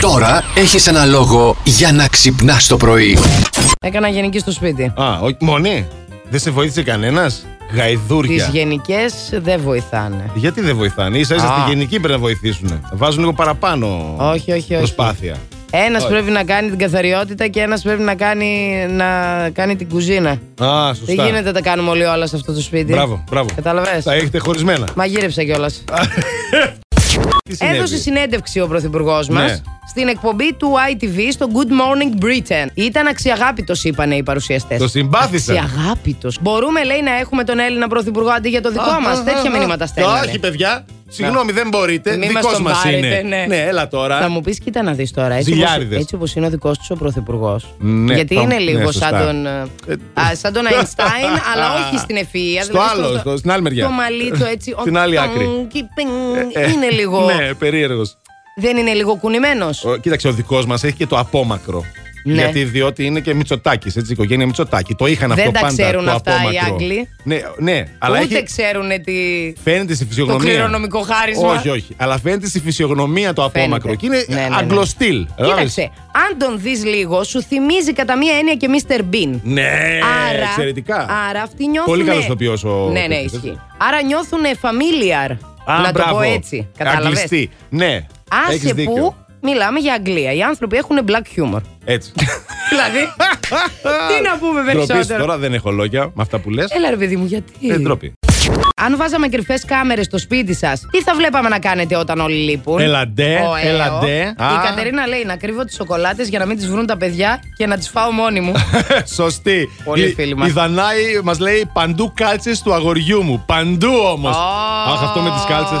Τώρα έχεις ένα λόγο για να ξυπνάς το πρωί. Έκανα γενική στο σπίτι. Α, όχι, μόνη. Δεν σε βοήθησε κανένας. Τι Γαϊδούρια. γενικές δεν βοηθάνε. Γιατί δεν βοηθάνε, ίσα ίσα Α. στη γενική πρέπει να βοηθήσουν. Βάζουν λίγο παραπάνω Όχι, όχι, όχι. προσπάθεια. Ένας Όχι. πρέπει να κάνει την καθαριότητα και ένας πρέπει να κάνει, να κάνει την κουζίνα. Α, σωστά. Δεν γίνεται να τα κάνουμε όλοι όλα σε αυτό το σπίτι. Μπράβο, μπράβο. Κατάλαβες. Τα έχετε χωρισμένα. Μαγείρεψα κιόλας. Τι συνέβη? Έδωσε συνέντευξη ο πρωθυπουργός μα Ναι. στην εκπομπή του ITV στο Good Morning Britain. Ήταν αξιαγάπητος, είπανε οι παρουσιαστές. Το συμπάθησαν. Αξιαγάπητος. Μπορούμε, λέει, να έχουμε τον Έλληνα πρωθυπουργό αντί για το Α, δικό μας. α, α, Τέτοια α. μηνύματα στέλνανε. Όχι, παιδιά. Συγγνώμη, δεν μπορείτε. Μη μας Δικό τον μας πάρετε, είναι. ναι. έλα Θα τώρα. μου πεις, κοίτα να δεις τώρα. Έτσι Ζηλιάριδες. όπως- έτσι όπως είναι ο δικός τους ο πρωθυπουργός. Ναι, γιατί θα- είναι ναι, λίγο σωστά. σαν τον. ε, α, σαν τον Αϊνστάιν, αλλά όχι στην ευφυα. Στο άλλο, στο- στην άλλη μεριά. Το μαλλί του έτσι. ο- Στην άλλη άκρη. τονγκ, κι πινγκ, Ε, Είναι λίγο. Ναι, περίεργος. Δεν είναι λίγο κουνημένος. Κοίταξε, ο δικός μας έχει και το απόμακρο. Ναι. Γιατί διότι είναι και Μητσοτάκης, έτσι, η οικογένεια Μητσοτάκη. Το είχαν Δεν αυτό τα πάντα. ξέρουν το αυτά οι απόμακρο. Άγγλοι. Ναι, ναι αλλά Ούτε έχει, ξέρουν τι. φαίνεται στη Το φυσιογνωμία. κληρονομικό χάρισμα. Όχι, όχι. Αλλά φαίνεται στη φυσιογνωμία το Φαίνεται. απόμακρο. Και είναι Ναι, ναι, ναι. αγγλοστήλ. Κοίταξε, αν τον δεις λίγο, σου θυμίζει κατά μία έννοια και Mr. Bean. Ναι, Άρα, εξαιρετικά. Άρα αυτοί νιώθουν. Πολύ καλός ηθοποιός ο Ναι, ναι, τέτοιος, ισχύει. έτσι. Άρα νιώθουν familiar. Α, να το μπράβο. πω έτσι. Κατάλαβε. Αγγλιστή. Ναι. Άσε Έχεις δίκιο. που μιλάμε για Αγγλία. Οι άνθρωποι έχουν black humor. Έτσι. δηλαδή. τι να πούμε Ντροπή σου, περισσότερο. Τώρα δεν έχω λόγια με αυτά που λες. Έλα ρε παιδί μου, γιατί. Δεν ντροπή. Αν βάζαμε κρυφές κάμερες στο σπίτι σας, τι θα βλέπαμε να κάνετε όταν όλοι λείπουν. Έλα ντε, Ο ΕΟ. έλα ντε. Η Α. Κατερίνα λέει να κρύβω τις σοκολάτες για να μην τις βρουν τα παιδιά και να τις φάω μόνη μου. Σωστή. Πολύ η, φίλη μας. Η Δανάη μας λέει παντού κάλτσες του αγοριού μου. Παντού όμως. Ω, Αχ, αυτό με τις κάλτσες.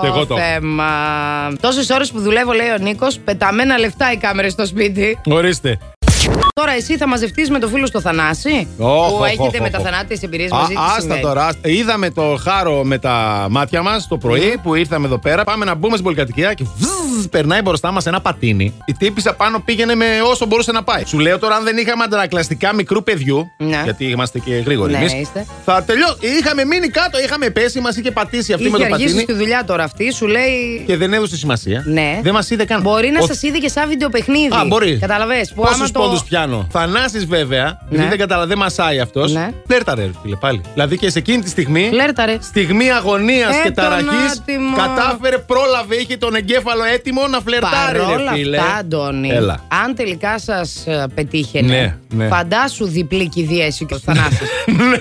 Και εγώ το. έχω. Θέμα. Τόσες ώρες που δουλεύω, λέει ο Νίκος, πεταμένα λεφτά οι κάμερες στο σπίτι. Ορίστε. Τώρα εσύ θα μαζευτείς με το φίλο στο Θανάση. Οχ, που οχ, έχετε οχ, με οχ. τα θανάτια εμπειρίες Α, μαζί. τι Άστα συμβαίνει. τώρα. άστα. Είδαμε το χάρο με τα μάτια μας το Ναι. πρωί που ήρθαμε εδώ πέρα. Πάμε να μπούμε στην πολυκατοικία και βζζ, περνάει μπροστά μας ένα πατίνι. Η τύπησα πάνω πήγαινε με όσο μπορούσε να πάει. Σου λέω τώρα, αν δεν είχαμε αντανακλαστικά μικρού παιδιού. Ναι. Γιατί είμαστε και γρήγοροι Ναι, εμείς, είστε. Θα τελειώ. Είχαμε μείνει κάτω, είχαμε πέσει, μας είχε πατήσει αυτή με Είχε το αργήσει πατίνι. στη δουλειά τώρα αυτή, σου λέει. Και δεν έδωσε σημασία. Ναι. Δεν μας είδε καν. Μπορεί να Ο- σας είδε και σαν βιντεοπαιχνίδι. Α, μπορεί. Καταλαβέ. Που άμα Πόσου το... πόντους πιάνω. Θανάσει βέβαια, επειδή Ναι. δεν καταλαβαίνει, δεν μασάει αυτός. Ναι. Φλέρταρε, ρε φίλε, πάλι. Δηλαδή και σε εκείνη τη στιγμή. Φλέρταρε. Στιγμή αγωνίας Ε, και τον ταραχής. άτιμο. Κατάφερε, πρόλαβε, είχε τον εγκέφαλο έτοιμο να φλερτάρει. ρε Παρόλα φίλε. αυτά, Αντώνη, Έλα. αν τελικά σας πετύχαινε, Ναι, ναι. φαντάσου διπλή κηδεία εσύ και ο Θανάσης.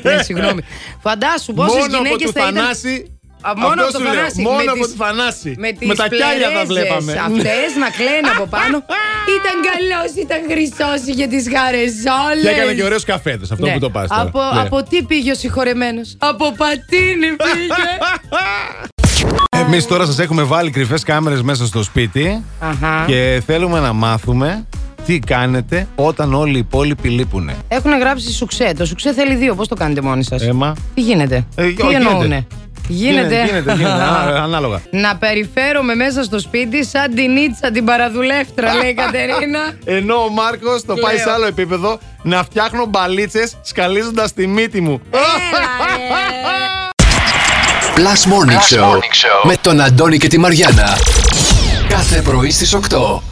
ναι, συγγνώμη. Φαντάσου πόσες Μόνο από γυναίκε του θα ήταν Θανάση. Α, μόνο από αυτό το σου λέω, Θανάση. Μόνο με από τις- του Θανάση. Με, τις τα κιάλια θα βλέπαμε. Αυτές να κλαίνουν από πάνω. ήταν καλός, ήταν χρυσός, είχε τις Και έκανε και γαρεζόλε. ωραίους καφέδες αυτό που το Ναι. πα. Ναι. από, από τι πήγε ο συγχωρεμένος. Από πατίνι πήγε. Εμείς τώρα σας έχουμε βάλει κρυφές κάμερες μέσα στο σπίτι. Αχα. Και θέλουμε να μάθουμε τι κάνετε όταν όλοι οι υπόλοιποι λείπουν. Έχουν γράψει σουξέ. Το σουξέ θέλει δύο. Πώς το κάνετε μόνοι σας. Έμα. Τι γίνεται. Ε, τι γίνεται. εννοούνε. Γίνεται. Γίνεται, γίνεται. Α, ε, ανάλογα. Να περιφέρομαι μέσα στο σπίτι σαν την Ίτσα την παραδουλεύτρα, λέει η Κατερίνα. Ενώ ο Μάρκος το πάει σε άλλο επίπεδο να φτιάχνω μπαλίτσες σκαλίζοντας τη μύτη μου. Plus Morning, Show, με τον Αντώνη και τη Μαριάνα. Κάθε πρωί στις 8.